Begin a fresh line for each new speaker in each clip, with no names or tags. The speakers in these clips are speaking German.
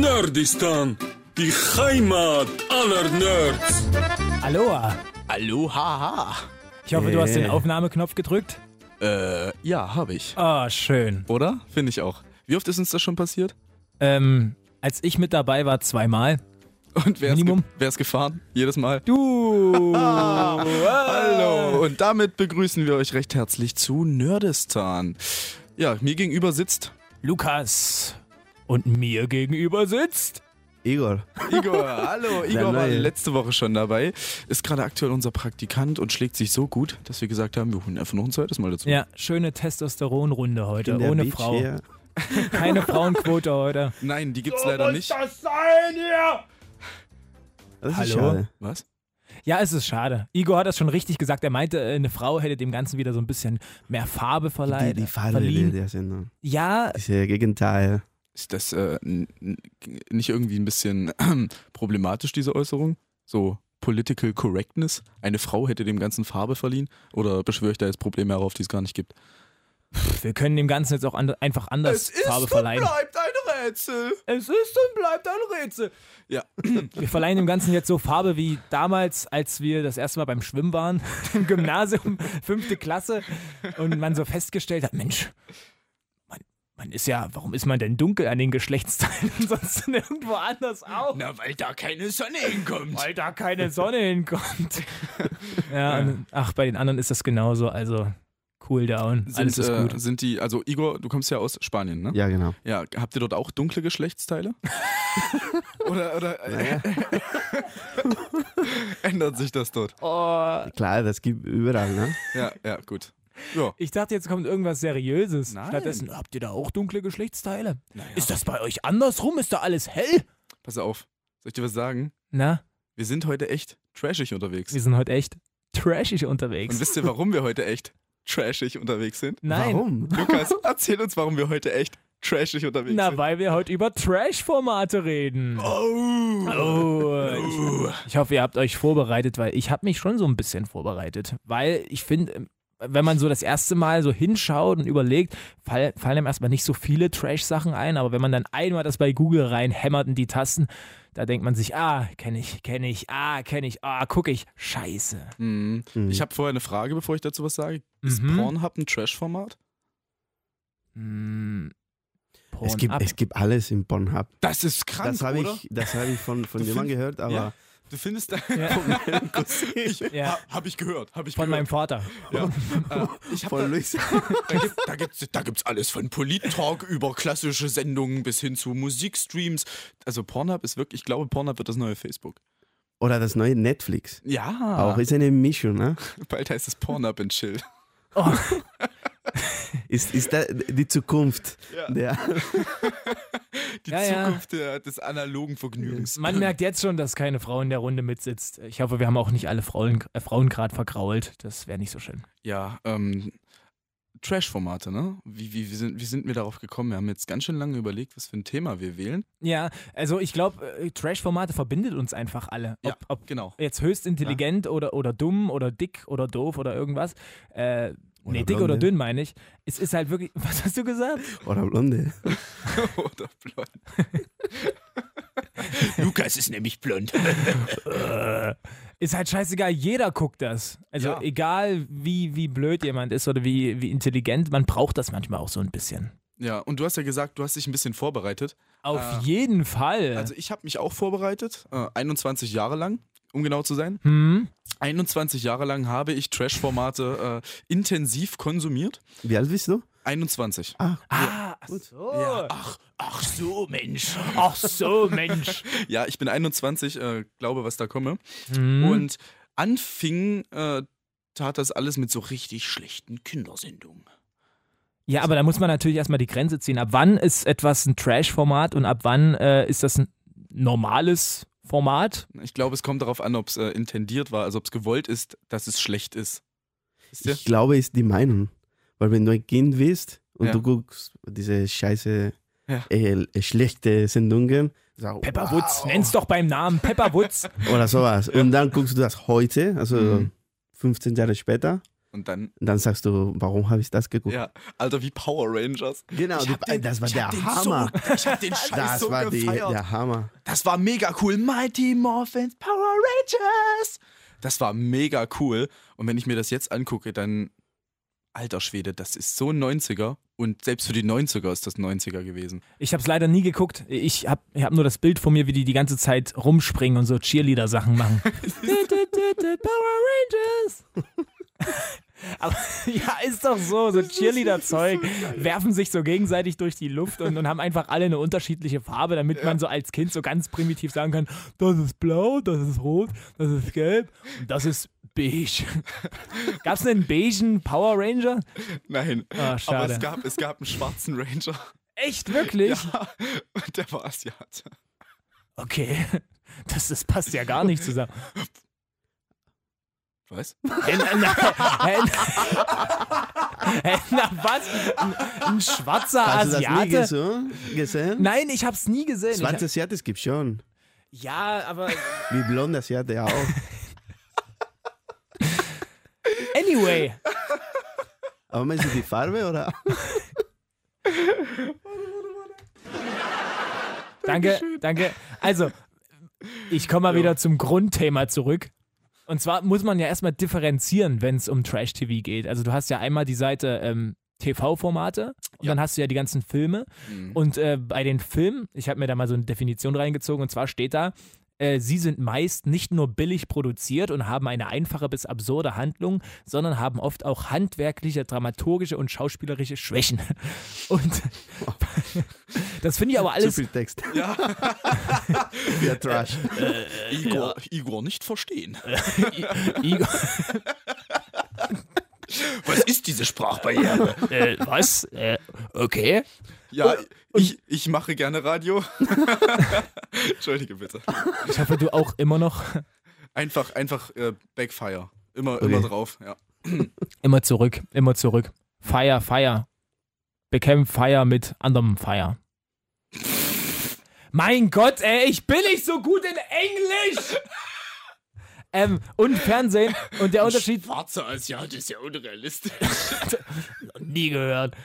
Nerdistan, die Heimat aller Nerds.
Aloha.
Aloha.
Ich hoffe, du hast den Aufnahmeknopf gedrückt.
Äh, ja, habe ich.
Oh, schön.
Oder? Finde ich auch. Wie oft ist uns das schon passiert?
Ähm, als ich mit dabei war, zweimal.
Und wer ist, ge
Minimum.
wer ist gefahren? Jedes Mal.
Du.
Oh.
Hallo. Und damit begrüßen wir euch recht herzlich zu Nerdistan. Ja, mir gegenüber sitzt
Lukas. Und mir gegenüber sitzt.
Igor.
Igor. Hallo, Igor war
Neue.
letzte Woche schon dabei. Ist gerade aktuell unser Praktikant und schlägt sich so gut, dass wir gesagt haben, wir holen einfach noch ein zweites Mal dazu.
Ja, schöne Testosteronrunde heute.
in der
Ohne
Beach
Frau.
hier.
Keine Frauenquote heute.
Nein, die gibt's leider nicht.
Das ist
Hallo?
schade.
Was?
Ja, es ist schade. Igor hat das schon richtig gesagt. Er meinte, äh, eine Frau hätte dem Ganzen wieder so ein bisschen mehr Farbe
Die,
verleiht.
die Farbe
verliehen.
der Sendung.
Ja,
Das ist ja Gegenteil.
Ist das äh, n- n- nicht irgendwie ein bisschen problematisch, diese Äußerung? So Political Correctness? Eine Frau hätte dem Ganzen Farbe verliehen? Oder beschwöre ich da jetzt Probleme herauf, die es gar nicht gibt?
wir können dem Ganzen jetzt auch an, einfach anders Farbe verleihen.
bleibt ein Rätsel.
Es ist und bleibt ein Rätsel.
Ja.
Wir verleihen dem Ganzen jetzt so Farbe wie damals, als wir das erste Mal beim Schwimmen waren, im Gymnasium, fünfte Klasse, und man so festgestellt hat, Mensch, man, man ist ja, warum ist man denn dunkel an den Geschlechtsteilen und sonst irgendwo anders auch?
Na, weil da keine Sonne hinkommt.
Weil da keine Sonne hinkommt. ja, und, ach, bei den anderen ist das genauso, also cool down,
Sind,
alles ist
äh,
gut.
sind die, also Igor, du kommst ja aus Spanien, ne?
Ja, genau.
Ja, habt ihr dort auch dunkle Geschlechtsteile? oder oder äh, ändert sich das dort?
Oh,
Klar, das gibt überall, ne?
Ja, ja, gut. Ja.
Ich dachte, jetzt kommt irgendwas Seriöses.
Nein.
Stattdessen habt ihr da auch dunkle Geschlechtsteile. Ist das bei euch andersrum? Ist da alles hell?
Pass auf, soll ich dir was sagen?
Na,
Wir sind heute echt trashig unterwegs.
wir sind heute echt trashig
Und
unterwegs.
wisst ihr, warum wir heute echt trashig unterwegs sind?
Nein.
Warum?
Lukas, erzähl uns, warum wir heute echt trashig unterwegs
Na,
sind.
weil wir heute über Trash-Formate reden. Oh, ich, ich hoffe, ihr habt euch vorbereitet, weil ich habe mich schon so ein bisschen vorbereitet. Weil ich finde, wenn man so das erste Mal so hinschaut und überlegt, fall, fallen einem erstmal nicht so viele Trash-Sachen ein, aber wenn man dann einmal das bei Google reinhämmert in die Tasten, da denkt man sich, ah, kenne ich, kenne ich, ah, kenne ich, ah, gucke ich, scheiße.
Hm.
Mhm.
Ich habe vorher eine Frage, bevor ich dazu was sage. Ist
Mhm.
Pornhub ein Trash-Format?
Hm, Porn
es, gibt,
ab.
es gibt alles im Pornhub.
Das ist krank,
Das habe
oder?
ich, das hab ich von, von
Du
jemandem gehört, aber
Ja. Du findest da...
ja,
ich,
Ja.
ha, hab ich gehört, hab ich
von meinem
gehört.
Vater.
Äh, ich hab
von
da,
Luis.
da, gibt, da, gibt's, da gibt's alles von Polit-Talk über klassische Sendungen bis hin zu Musikstreams. Also Pornhub ist wirklich, ich glaube, Pornhub wird das neue Facebook.
Oder das neue Netflix.
Ja,
Auch ist eine Mischung, ne?
bald heißt es Pornhub and Chill.
Ist, ist da die Zukunft
Ja.
der
Die
Ja, ja.
Zukunft Der, des analogen Vergnügens.
Man merkt jetzt schon, dass keine Frau in der Runde mitsitzt. Ich hoffe, wir haben auch nicht alle Frauen, äh, Frauen gerade vergrault. Das wäre nicht so schön.
Ja, ähm, Trash-Formate, ne? Wie, wie, wie, sind, wie sind wir darauf gekommen? Wir haben jetzt ganz schön lange überlegt, was für ein Thema wir wählen.
Ja, also ich glaube, äh, Trash-Formate verbindet uns einfach alle. Ob,
Ja,
ob
genau.
jetzt höchst intelligent oder, oder dumm oder dick oder doof oder irgendwas. Äh, nee, dick
Blonde.
oder dünn meine ich. Es ist halt wirklich. Was hast du gesagt?
oder Blonde?
Oder blond. Lukas ist nämlich blond.
Ist halt scheißegal, jeder guckt das. Also
Ja.
egal, wie, wie blöd jemand ist oder wie, wie intelligent, man braucht das manchmal auch so ein bisschen.
Ja, und du hast ja gesagt, du hast dich ein bisschen vorbereitet.
Auf
Ah.
jeden Fall.
Also ich habe mich auch vorbereitet, äh, 21 Jahre lang, um genau zu sein.
hm?
21 Jahre lang habe ich Trash-Formate äh, intensiv konsumiert.
Wie alt bist du?
21.
Ah, ach so.
Ach, ach so, Mensch.
Ach so, Mensch.
Ja, ich bin 21, äh, glaube, was da komme.
Hm.
Und anfing äh, tat das alles mit so richtig schlechten Kindersendungen.
ja, aber da muss man natürlich erstmal die Grenze ziehen. Ab wann ist etwas ein Trash-Format und ab wann äh, ist das ein normales Format?
Ich glaube, es kommt darauf an, ob es äh, intendiert war, also ob es gewollt ist, dass es schlecht ist. Wisst ihr?
Ich glaube, ist die Meinung. Weil wenn du ein Kind bist und
Ja.
du guckst diese scheiße,
Ja.
äh, äh, schlechte Sendungen, sag,
Pepperwoods, nenn's doch beim Namen. Pepperwoods.
wow, oder sowas. Und dann guckst du das heute, also
Mhm.
15 Jahre später,
Und dann,
Und dann sagst du, warum habe ich das geguckt?
ja, Alter, wie Power Rangers.
Genau,
Ich
die-
hab den-
das war
ich
der
hab den
Hammer.
So, ich hab den Scheiß
das
so
war die,
gefeiert.
der Hammer.
Das war mega cool. Mighty Morphins Power Rangers. Das war mega cool. Und wenn ich mir das jetzt angucke, dann, alter Schwede, das ist so ein 90er. Und selbst für die 90er ist das 90er gewesen.
Ich habe es leider nie geguckt. Ich habe ich hab nur das Bild von mir, wie die die ganze Zeit rumspringen und so Cheerleader-Sachen machen. Tü, tü, tü, tü, Power Rangers! Aber, ja, ist doch so, so Cheerleader-Zeug. Werfen sich so gegenseitig durch die Luft und, und haben einfach alle eine unterschiedliche Farbe, damit man so als Kind so ganz primitiv sagen kann, das ist blau, das ist rot, das ist gelb und das ist beige. Gab's einen beigen Power Ranger?
Nein.
Ah,
Aber
schade.
es gab, es gab einen schwarzen Ranger.
Echt, wirklich?
Ja. Und der war Asiate.
Okay. Das, das passt ja gar nicht zusammen.
Was?
Hey, na, na, hey, na- hey, na was? Ein, ein schwarzer
Hast du das nie
Asiate?
gesehen? gesehen?
Nein, ich hab's nie gesehen.
Schwarze Asiate, es gibt schon.
Ich, ja, aber
Wie blonde Asiate auch.
anyway.
Aber meinst du die Farbe oder?
Danke, danke. Also, ich komme mal wieder zum Grundthema zurück. Und zwar muss man ja erstmal differenzieren, wenn es um Trash-TV geht. Also du hast ja einmal die Seite ähm, TV-Formate und
Ja.
dann hast du ja die ganzen Filme.
Mhm.
Und äh, bei den Filmen, ich habe mir da mal so eine Definition reingezogen, und zwar steht da, äh, Sie sind meist nicht nur billig produziert und haben eine einfache bis absurde Handlung, sondern haben oft auch handwerkliche, dramaturgische und schauspielerische Schwächen. Und das finde ich aber
Zu
alles
viel Text. Ja. ja, Trash.
Igor, Igor nicht verstehen.
Igor,
Was ist diese Sprachbarriere?
äh, was? Äh, okay.
Ja, ich, ich mache gerne Radio. Entschuldige bitte.
Ich hoffe, du auch immer noch,
Einfach, einfach äh, Backfire. Immer, immer
Okay.
drauf, ja.
immer zurück, immer zurück. Fire, Fire. Bekämpf Fire mit anderem Fire. Mein Gott, ey, ich bin nicht so gut in Englisch! ähm, und Fernsehen. Und der Unterschied.
Schwarzer Asiat ist ja unrealistisch.
Nie gehört.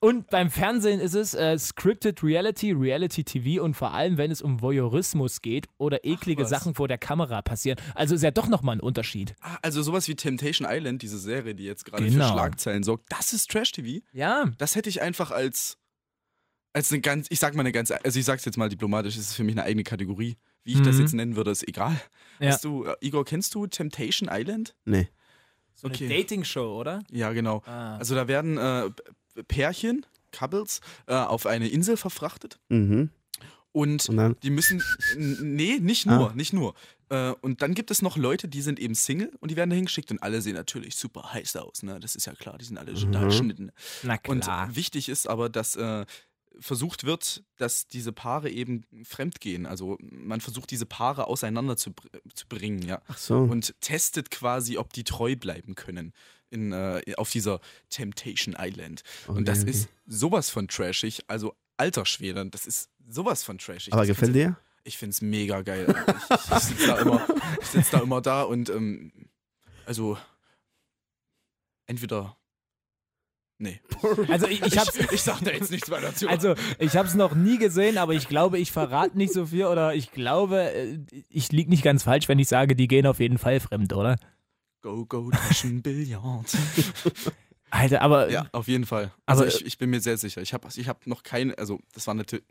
Und beim Fernsehen ist es äh, Scripted Reality, Reality TV und vor allem, wenn es um Voyeurismus geht oder eklige
was.
Sachen vor der Kamera passieren. Also ist ja doch nochmal ein Unterschied.
Ah, Also sowas wie Temptation Island, diese Serie, die jetzt gerade
Genau.
für Schlagzeilen sorgt, das ist Trash-TV.
Ja,
Das hätte ich einfach als, als eine ganz, ich sag mal eine ganz, also ich sag's jetzt mal diplomatisch, es ist für mich eine eigene Kategorie. Wie ich das
Mhm.
jetzt nennen würde, ist egal.
Ja.
Hast du, äh, Igor, kennst du Temptation Island?
Nee.
so
Okay.
eine Dating-Show, oder?
Ja, genau.
Ah.
Also da werden äh, P- Pärchen, Couples, äh, auf eine Insel verfrachtet
Mhm.
und
Und dann,
die müssen, n- nee, nicht
Ah.
nur, nicht nur. Äh, und dann gibt es noch Leute, die sind eben Single und die werden da hingeschickt und alle sehen natürlich super heiß aus, ne? Das ist ja klar, die sind alle schon da
Mhm.
geschnitten.
Na
Und
klar.
wichtig ist aber, dass äh, versucht wird, dass diese Paare eben fremd gehen. Also man versucht, diese Paare auseinander zu, br zu bringen, ja.
ach so.
Und testet quasi, ob die treu bleiben können in, äh, auf dieser Temptation Island.
Okay,
Und das
okay.
ist sowas von trashig. Also alter Schwede, das ist sowas von trashig.
Aber
Das
gefällt dir?
ich find's mega geil. Alter. Ich, ich sitze da, immer- ich sitz da immer da und ähm, also entweder. Nee.
Also ich, ich hab's.
ich, ich sag da jetzt nichts mehr dazu.
Also, ich habe es noch nie gesehen, aber ich glaube, ich verrate nicht so viel oder ich glaube, äh, ich lieg nicht ganz falsch, wenn ich sage, die gehen auf jeden Fall fremd, oder?
go, go, Taschenbillard.
Alter, aber
ja, auf jeden Fall. Also
Aber, äh,
ich, ich bin mir sehr sicher. Ich habe ich hab noch kein, also das war natürlich.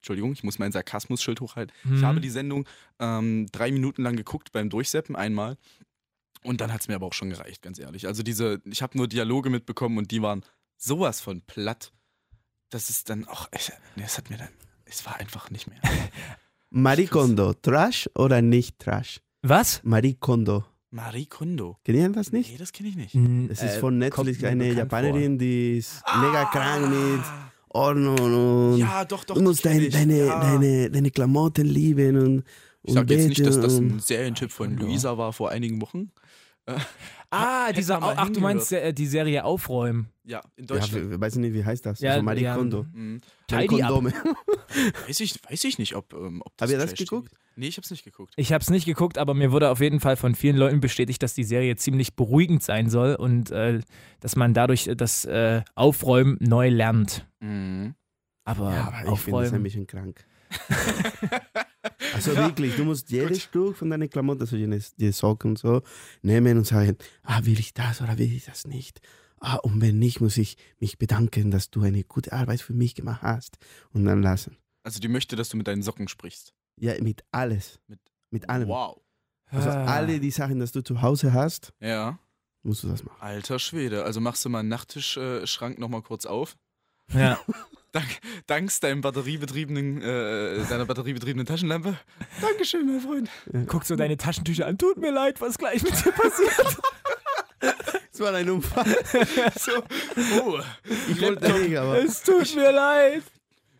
Entschuldigung, ich muss mein Sarkasmus-Schild hochhalten. Ich
Mhm.
habe die Sendung ähm, drei Minuten lang geguckt beim Durchseppen einmal. Und dann hat es mir aber auch schon gereicht, ganz ehrlich. Also diese, ich habe nur Dialoge mitbekommen und die waren sowas von platt. Das ist dann auch, ich, nee, es hat mir dann, es war einfach nicht mehr.
Marikondo, Trash oder nicht Trash?
was?
Marikondo.
Marie Kondo.
Kennt ihr das nicht?
Nee, äh, das kenne ich nicht.
Es ist von Netflix eine Japanerin, die ist mega krank mit Ordnung und
Ah! Ja, doch, doch.
du musst
die kenn
deine,
ich.
deine,
ja.
deine, deine Klamotten lieben und, und
Ich sage jetzt nicht, dass das
beten
ein
und-
Serientipp von Luisa war vor einigen Wochen.
Ah, dieser,
man mal
ach, du meinst äh, die Serie Aufräumen.
Ja, in
Ja,
Deutschland.
we- weiß ich nicht, wie heißt das? Also
Ja,
so Marie
ja.
Kondo.
Mhm.
Tidy up.
Kondome.
Weiß, ich, weiß ich nicht, ob, ähm, ob
Habt ihr das
Trash-TV
geguckt?
ist. Nee, ich hab's nicht geguckt.
Ich habe es nicht geguckt, aber mir wurde auf jeden Fall von vielen Leuten bestätigt, dass die Serie ziemlich beruhigend sein soll und äh, dass man dadurch äh, das äh, Aufräumen neu lernt.
Mhm.
Aber,
Ja, aber ich finde das ein
Aufräumen.
bisschen krank. also wirklich, du musst jedes Stück von deinen Klamotten, also die, die Socken und so, nehmen und sagen, ah, will ich das oder will ich das nicht? Ah, und wenn nicht, muss ich mich bedanken, dass du eine gute Arbeit für mich gemacht hast. Und dann lassen.
Also die möchte, dass du mit deinen Socken sprichst.
Ja, mit alles.
Mit-
mit allem.
Wow.
Also
Ah.
alle die Sachen, die du zu Hause hast,
Ja.
musst du das machen.
Alter Schwede, also machst du mal einen äh, Nachttischschrank nochmal kurz auf.
Ja.
Dank, danks deinem batteriebetriebenen, äh, deiner batteriebetriebenen Taschenlampe. Dankeschön, mein Freund.
Guck so deine Taschentücher an. Tut mir leid, was gleich mit dir passiert.
Das war ein Unfall.
So, oh,
Ich wollte nicht, aber
es tut mir leid.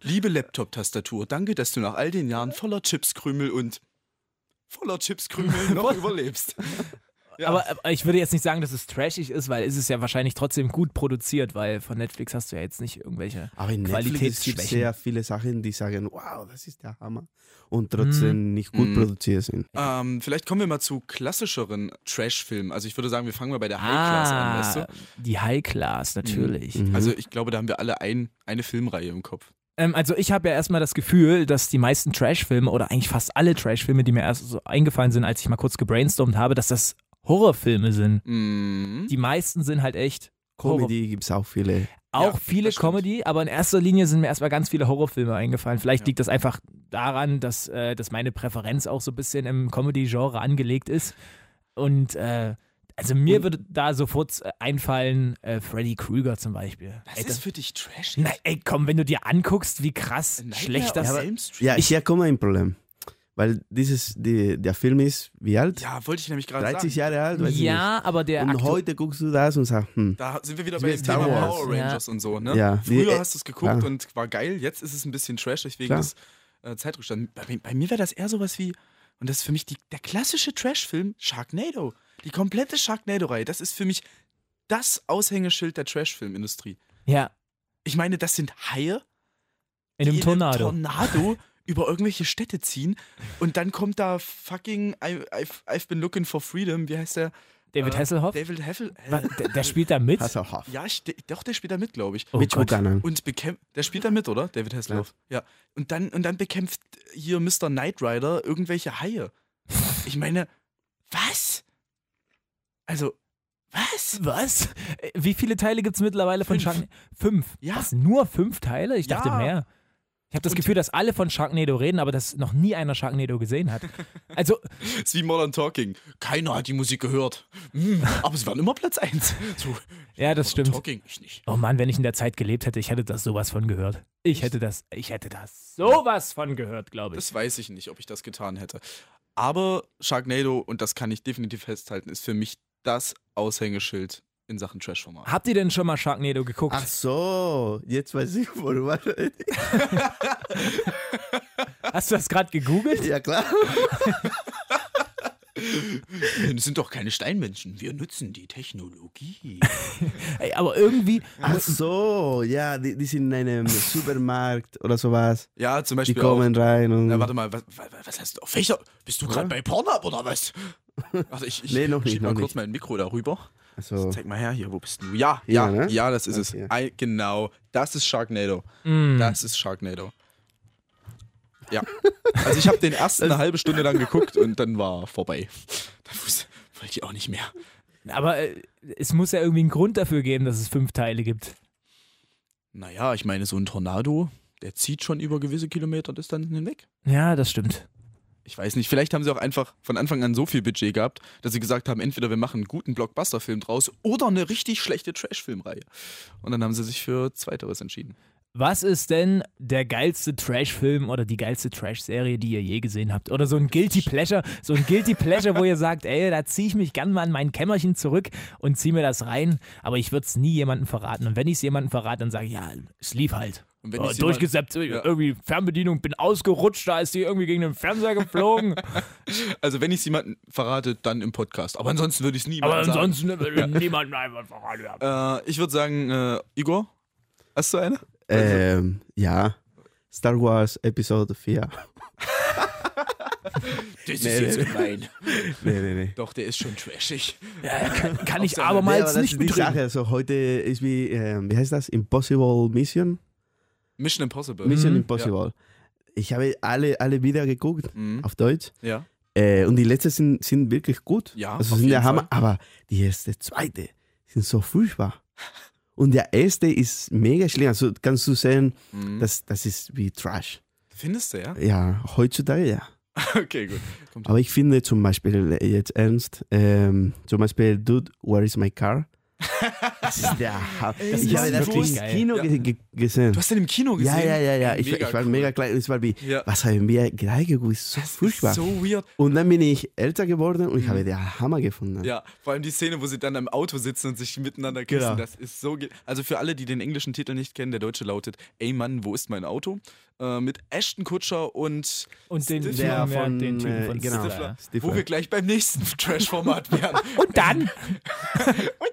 liebe Laptop-Tastatur, danke, dass du nach all den Jahren voller Chipskrümel und voller Chipskrümel noch überlebst. Ja.
Aber, aber ich würde jetzt nicht sagen, dass es trashig ist, weil es ist ja wahrscheinlich trotzdem gut produziert, weil von Netflix hast du ja jetzt nicht irgendwelche.
Aber in Netflix gibt
Qualitätsschwächen.
sehr viele Sachen, die sagen, wow, das ist der Hammer. Und
Mhm.
trotzdem nicht gut
Mm.
produziert sind.
Ähm, vielleicht kommen wir mal zu klassischeren Trash-Filmen. Also ich würde sagen, wir fangen mal bei der
Ah.
High-Class an, weißt du?
Die High Class, natürlich.
Mhm.
Also ich glaube, da haben wir alle ein, eine Filmreihe im Kopf.
Ähm, also ich habe ja erstmal das Gefühl, dass die meisten Trash-Filme oder eigentlich fast alle Trash-Filme, die mir erst so eingefallen sind, als ich mal kurz gebrainstormt habe, dass das Horrorfilme sind.
Mhm.
Die meisten sind halt echt Horror.
Comedy gibt es auch viele.
Auch
Ja,
viele
das stimmt.
Comedy, aber in erster Linie sind mir erstmal ganz viele Horrorfilme eingefallen. Vielleicht
Ja.
liegt das einfach daran, dass, äh, dass meine Präferenz auch so ein bisschen im Comedy-Genre angelegt ist. Und äh, also mir würde da sofort äh, einfallen, äh, Freddy Krueger zum Beispiel.
Das
ey,
ist für dich trashig?
na, ey, komm, wenn du dir anguckst, wie krass
Nightmare
schlecht
on
das
Elm Street?
Ja,
Ich-
hier kommt ein Problem. Weil dieses, die, der Film ist wie alt?
Ja, wollte ich nämlich gerade sagen.
30 Jahre alt? Weiß ich
Ja, aber der
Nicht. Und
aktu-
heute guckst du das und sagst, hm.
Da sind wir wieder
Ist
bei
wie
dem
Star
Thema
Wars.
Power
Ja.
Rangers und so, ne?
Ja.
Früher
Nee, äh,
hast du es geguckt
klar.
und war geil, jetzt ist es ein bisschen trashig wegen
Klar.
des äh, Zeitrückstands. Bei, mir- bei mir wäre das eher sowas wie, und das ist für mich die, der klassische Trash-Film Sharknado. Die komplette Sharknado-Reihe, das ist für mich das Aushängeschild der Trash-Filmindustrie.
Ja,
Ich meine, das sind Haie,
in einem
die
Tornado.
einem Tornado über irgendwelche Städte ziehen und dann kommt da fucking I, I've, I've been looking for freedom, wie heißt der?
David
Äh,
Hasselhoff?
David Heffel.
Wa- der, der spielt da mit?
Hast auch Haft.
Ja, ich, doch, der spielt da mit, glaube ich.
Oh
Mit
Gott.
Schuhkannen.
Und bekämpft. Der spielt da mit, oder? David Hasselhoff. Ja. Und dann, und dann bekämpft hier Mr. Knight Rider irgendwelche Haie. Ich meine, was? Also, was?
Was? Äh, Wie viele Teile gibt es mittlerweile von
Fünf.
Sharknado? Fünf.
Ja.
Was, nur fünf Teile? Ich dachte
Ja.
mehr. Ich habe das
Und-
Gefühl, dass alle von Sharknado reden, aber dass noch nie einer Sharknado gesehen hat. Also,
Das ist wie Modern Talking. Keiner hat die Musik gehört. Hm, aber es waren immer Platz 1. So,
ja, das
Modern
stimmt.
Talking, ich nicht.
Oh Mann, wenn ich in der Zeit gelebt hätte, ich hätte das sowas von gehört. Ich hätte das, ich hätte das sowas von gehört, glaube ich.
Das weiß ich nicht, ob ich das getan hätte. Aber Sharknado, und das kann ich definitiv festhalten, ist für mich das Aushängeschild in Sachen Trash-Format.
Habt ihr denn schon mal Sharknado geguckt?
Ach so, jetzt weiß ich, wo du warst.
Hast du das gerade gegoogelt?
Ja, klar.
Das sind doch keine Steinmenschen. Wir nutzen die Technologie.
Ey, aber irgendwie,
Ach so, ja, die, die sind in einem Supermarkt oder sowas.
Ja, zum
Die
Beispiel. auch-
kommen rein und.
Na, warte mal, was, wa- wa- was heißt du? Auf welcher? Bist du gerade bei Pornhub oder was? Warte, ich, ich
Nee, noch nicht,
schieb mal
noch
kurz
nicht.
mein Mikro darüber.
Ach so.
Zeig mal her, hier, wo bist du? Ja,
Hier,
ja, ja,
ne?
das ist
Okay.
es. Ei, genau, das ist Sharknado.
mm, Hm.
Das ist Sharknado. Ja. Also ich habe den ersten eine halbe Stunde lang geguckt und dann war vorbei. Dann wusste- wollte ich auch nicht mehr.
aber äh, es muss ja irgendwie einen Grund dafür geben, dass es fünf Teile gibt.
Naja, ich meine, so ein Tornado, der zieht schon über gewisse Kilometer Distanzen hinweg.
Ja, das stimmt.
Ich weiß nicht, vielleicht haben sie auch einfach von Anfang an so viel Budget gehabt, dass sie gesagt haben, entweder wir machen einen guten Blockbuster-Film draus oder eine richtig schlechte Trash-Filmreihe. Und dann haben sie sich für Zweiteres entschieden.
Was ist denn der geilste Trash-Film oder die geilste Trash-Serie, die ihr je gesehen habt? Oder so ein Guilty Pleasure, so ein Guilty Pleasure, wo ihr sagt, ey, da ziehe ich mich gern mal in mein Kämmerchen zurück und ziehe mir das rein, aber ich würde es nie jemandem verraten. Und wenn ich es jemandem verrate, dann sage ich, ja, es lief halt.
Und wenn
Oh,
ich jemand-
durchgesetzt, irgendwie Fernbedienung, bin ausgerutscht, da ist die irgendwie gegen den Fernseher geflogen.
also wenn ich es jemandem verrate, dann im Podcast. Aber ansonsten würde ich es
aber
niemandem sagen.
ansonsten würde niemand einfach verraten haben.
Äh, ich würde sagen, äh, Igor, hast du eine?
Ähm, ja. Star Wars Episode 4.
Das ist
Nee, nee, nee.
gemein.
Nee, nee, nee.
Doch, der ist schon trashig.
Kann, kann ich
seine-
Ja, aber
abermals
das
nicht
ist die Sache.
betrügen.
Also heute ist wie, ähm, wie heißt das? Impossible Mission?
Mission Impossible.
Mission
Mhm,
Impossible. Ich habe alle, alle Bilder geguckt
Mhm.
auf Deutsch.
Ja.
Äh, und die letzten sind, sind wirklich gut.
Ja,
also
auf
sind der
jeden
Hammer. Aber die erste, zweite sind so furchtbar. Und der erste ist mega schlimm. Also kannst du sehen,
Mhm.
das, das ist wie Trash.
Findest du, ja?
Ja, heutzutage ja.
Okay, gut. Kommt.
Aber ich finde zum Beispiel, äh, jetzt ernst, ähm, zum Beispiel, Dude, where is my car? Das ist der Hammer.
Das
Ich
ist
habe das
wirklich
im
geil.
Kino
Ja.
ge ge gesehen.
Du hast den im Kino gesehen?
Ja, ja, ja, ja. Ich,
Mega
ich war
cool.
mega klein und es war wie,
Ja.
was haben wir gerade geguckt? Ist So
Das
furchtbar.
ist so weird.
und dann bin ich älter geworden und ich
Mhm.
habe den Hammer gefunden.
Ja, vor allem die Szene, wo sie dann im Auto sitzen und sich miteinander küssen,
Genau.
das ist so... ge- Also für alle, die den englischen Titel nicht kennen, der deutsche lautet Ey Mann, wo ist mein Auto? Äh, mit Ashton Kutscher und...
Und den,
Stifler
ja,
von,
den Typen
äh,
von
genau.
Stifler.
Stifler.
Stifler.
Wo wir gleich beim nächsten Trash-Format wären.
Und dann. und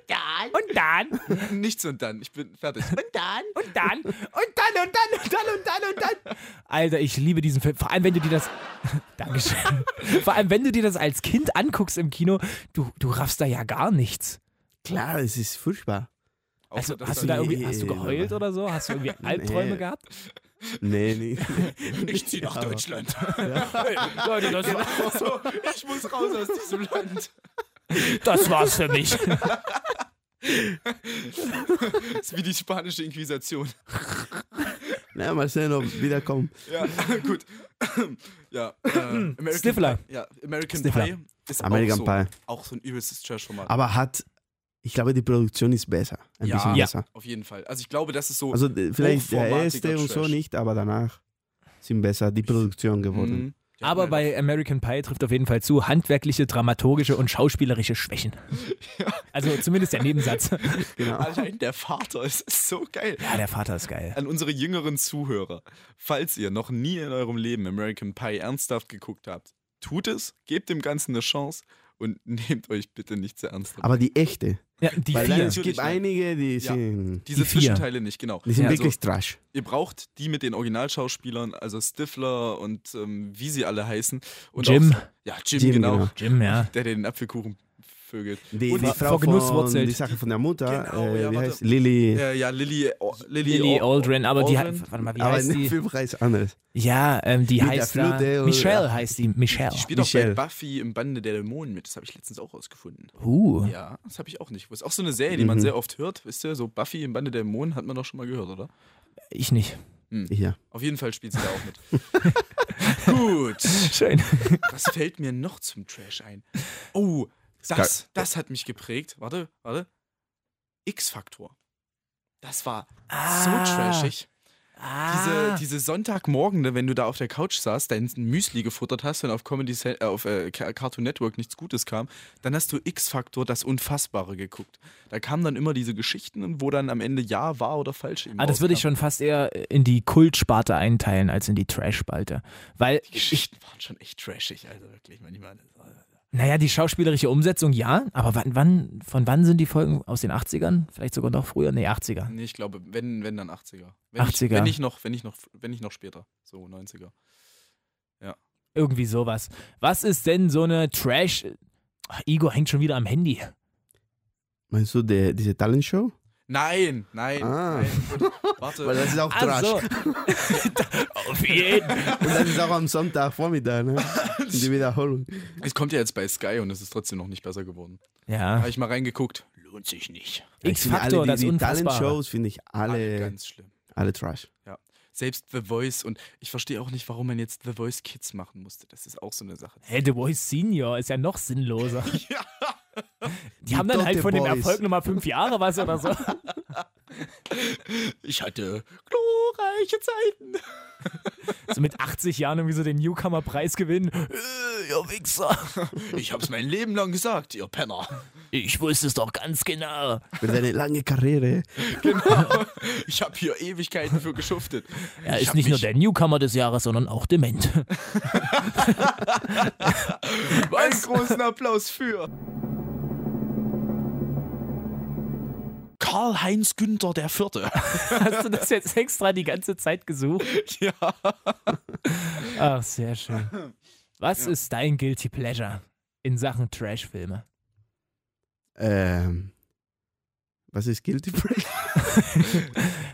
dann. Und dann. Und
Nichts und dann. Ich bin fertig.
dann. Und dann. Und dann. Und dann. Und dann. Und dann. Und dann. Alter, ich liebe diesen Film. Vor allem, wenn du dir das. Dankeschön. Vor allem, wenn du dir das als Kind anguckst im Kino, du, du raffst da ja gar nichts.
Klar, es ist furchtbar.
Also,
Außer, dass
hast du da
dann-
irgendwie, hast du
Nee,
geheult
aber-
oder so? Hast du irgendwie Albträume
Nee.
gehabt?
Nee, nee.
Ich zieh nach Deutschland.
Leute, das, war,
So, ich muss raus aus diesem Land.
das war's für mich.
Das ist wie die spanische Inquisition.
Na, mal sehen, ob wieder kommen.
Ja, gut. Ja, äh, American
Stifler.
Pie, ja, American
Stifler.
Pie ist
American
auch so,
Pie.
auch so ein übelstes Trash-Format.
Aber hat, ich glaube, die Produktion ist besser. Ein
Ja.
bisschen
Ja.
besser.
Auf jeden Fall. Also ich glaube, das ist so.
Also äh, vielleicht der
Hochformatiger
erste und so
Trash.
nicht, aber danach sind besser die Produktion geworden.
Mhm. Die hatten
Aber
halt
bei American Pie trifft auf jeden Fall zu handwerkliche, dramaturgische und schauspielerische Schwächen. Also zumindest der Nebensatz.
auch- Allein der Vater, es ist so geil.
Ja, der Vater ist geil.
An unsere jüngeren Zuhörer, falls ihr noch nie in eurem Leben American Pie ernsthaft geguckt habt, tut es, gebt dem Ganzen eine Chance und nehmt euch bitte nicht zu ernst.
Aber die echte.
Ja, die
Weil
vier.
es
Natürlich,
gibt
ja.
einige, die
Ja.
sind,
Diese
die vier.
Zwischenteile nicht, genau.
die sind
Ja,
also,
wirklich Trash.
ihr braucht die mit den Originalschauspielern, also Stifler und ähm, wie sie alle heißen. Und
Jim.
Auch, ja, Jim,
Jim,
genau.
genau.
Jim, ja.
Der, der den Apfelkuchen vögelt.
Die,
Und
die
vor-
Frau
vor Genuss
von,
wurzelt.
die Sache von der Mutter,
Genau,
äh,
ja,
wie
warte.
heißt Lily,
äh, ja, Lily, oh, Lily,
Lily
oh,
Aldrin, aber die
Aldrin.
hat, warte mal, wie
aber
heißt
der
die?
Film heißt anders.
Ja, ähm, die
Mit der
heißt da,
Flöte oder-
Michelle heißt die, Michelle.
Die spielt auch bei
Michelle.
Buffy im Bande der Dämonen mit. Das habe ich letztens auch rausgefunden.
Uh,
Ja, das habe ich auch nicht. Das ist auch so eine Serie, die man
Mhm.
sehr oft hört. Wisst ihr, so Buffy im Bande der Dämonen hat man doch schon mal gehört, oder?
ich nicht.
Ja.
Auf jeden Fall spielt sie da auch mit. Gut.
Schön.
Was fällt mir noch zum Trash ein? Oh, das, das hat mich geprägt. Warte, warte. X-Faktor. Das war so
Ah.
trashig. Diese,
Ah,
diese Sonntagmorgende, wenn du da auf der Couch saßt, dein Müsli gefuttert hast und auf Comedy Cen- äh, auf äh, Ca- Cartoon Network nichts Gutes kam, dann hast du X-Faktor das Unfassbare geguckt. Da kamen dann immer diese Geschichten, wo dann am Ende ja, wahr oder falsch eben
ah, das würde ich
rauskam.
schon fast eher in die Kultsparte einteilen als in die Trash-Spalte. Weil
Die Geschichten waren schon echt trashig, also wirklich manchmal.
Naja, die schauspielerische Umsetzung ja, aber wann, wann, von wann sind die Folgen? Aus den 80ern? Vielleicht sogar noch früher? Nee, 80er.
Nee, ich glaube, wenn, wenn dann 80er. Wenn
80er.
Ich, wenn ich noch, wenn ich noch, wenn ich noch später. So 90er.
Irgendwie sowas. Was ist denn so eine Trash? Ach, Igor hängt schon wieder am Handy.
Meinst du der, diese Talentshow?
Nein, nein,
Ah.
nein. Warte.
Weil das ist auch
Ach
Trash.
Also
so. Also, Auf jeden.
Und das ist auch am Sonntagvormittag, ne? Die Wiederholung.
Es kommt ja jetzt bei Sky und es ist trotzdem noch nicht besser geworden.
Ja.
Habe ich mal reingeguckt. Lohnt sich nicht.
Ich finde alle
X-Faktor,
die,
das
die
Unfassbare.
Talentshows finde ich
Alle
alle,
ganz schlimm.
alle Trash.
Selbst The Voice und ich verstehe auch nicht, warum man jetzt The Voice Kids machen musste. Das ist auch so eine Sache.
Hey, The Voice Senior ist ja noch sinnloser.
Ja.
Die, haben dann
Dot
halt
The
von dem
Boys.
Erfolg nochmal fünf Jahre was oder so.
Ich hatte glorreiche Zeiten.
so mit 80 Jahren irgendwie so den Newcomer-Preis gewinnen. Äh, ihr Wichser.
Ich hab's mein Leben lang gesagt, ihr Penner.
Ich wusste es doch ganz genau.
Für seine lange Karriere.
Genau. Ich hab hier Ewigkeiten für geschuftet.
Er
Ich
ist
hab
nicht nur
mich-
der Newcomer des Jahres, sondern auch dement.
Einen großen Applaus für. Karl-Heinz Günther der Vierte.
Hast du das jetzt extra die ganze Zeit gesucht?
Ja.
Ach, sehr schön. Was ist dein Guilty Pleasure in Sachen Trash-Filme?
Ähm, was ist Guilty Pleasure? Also,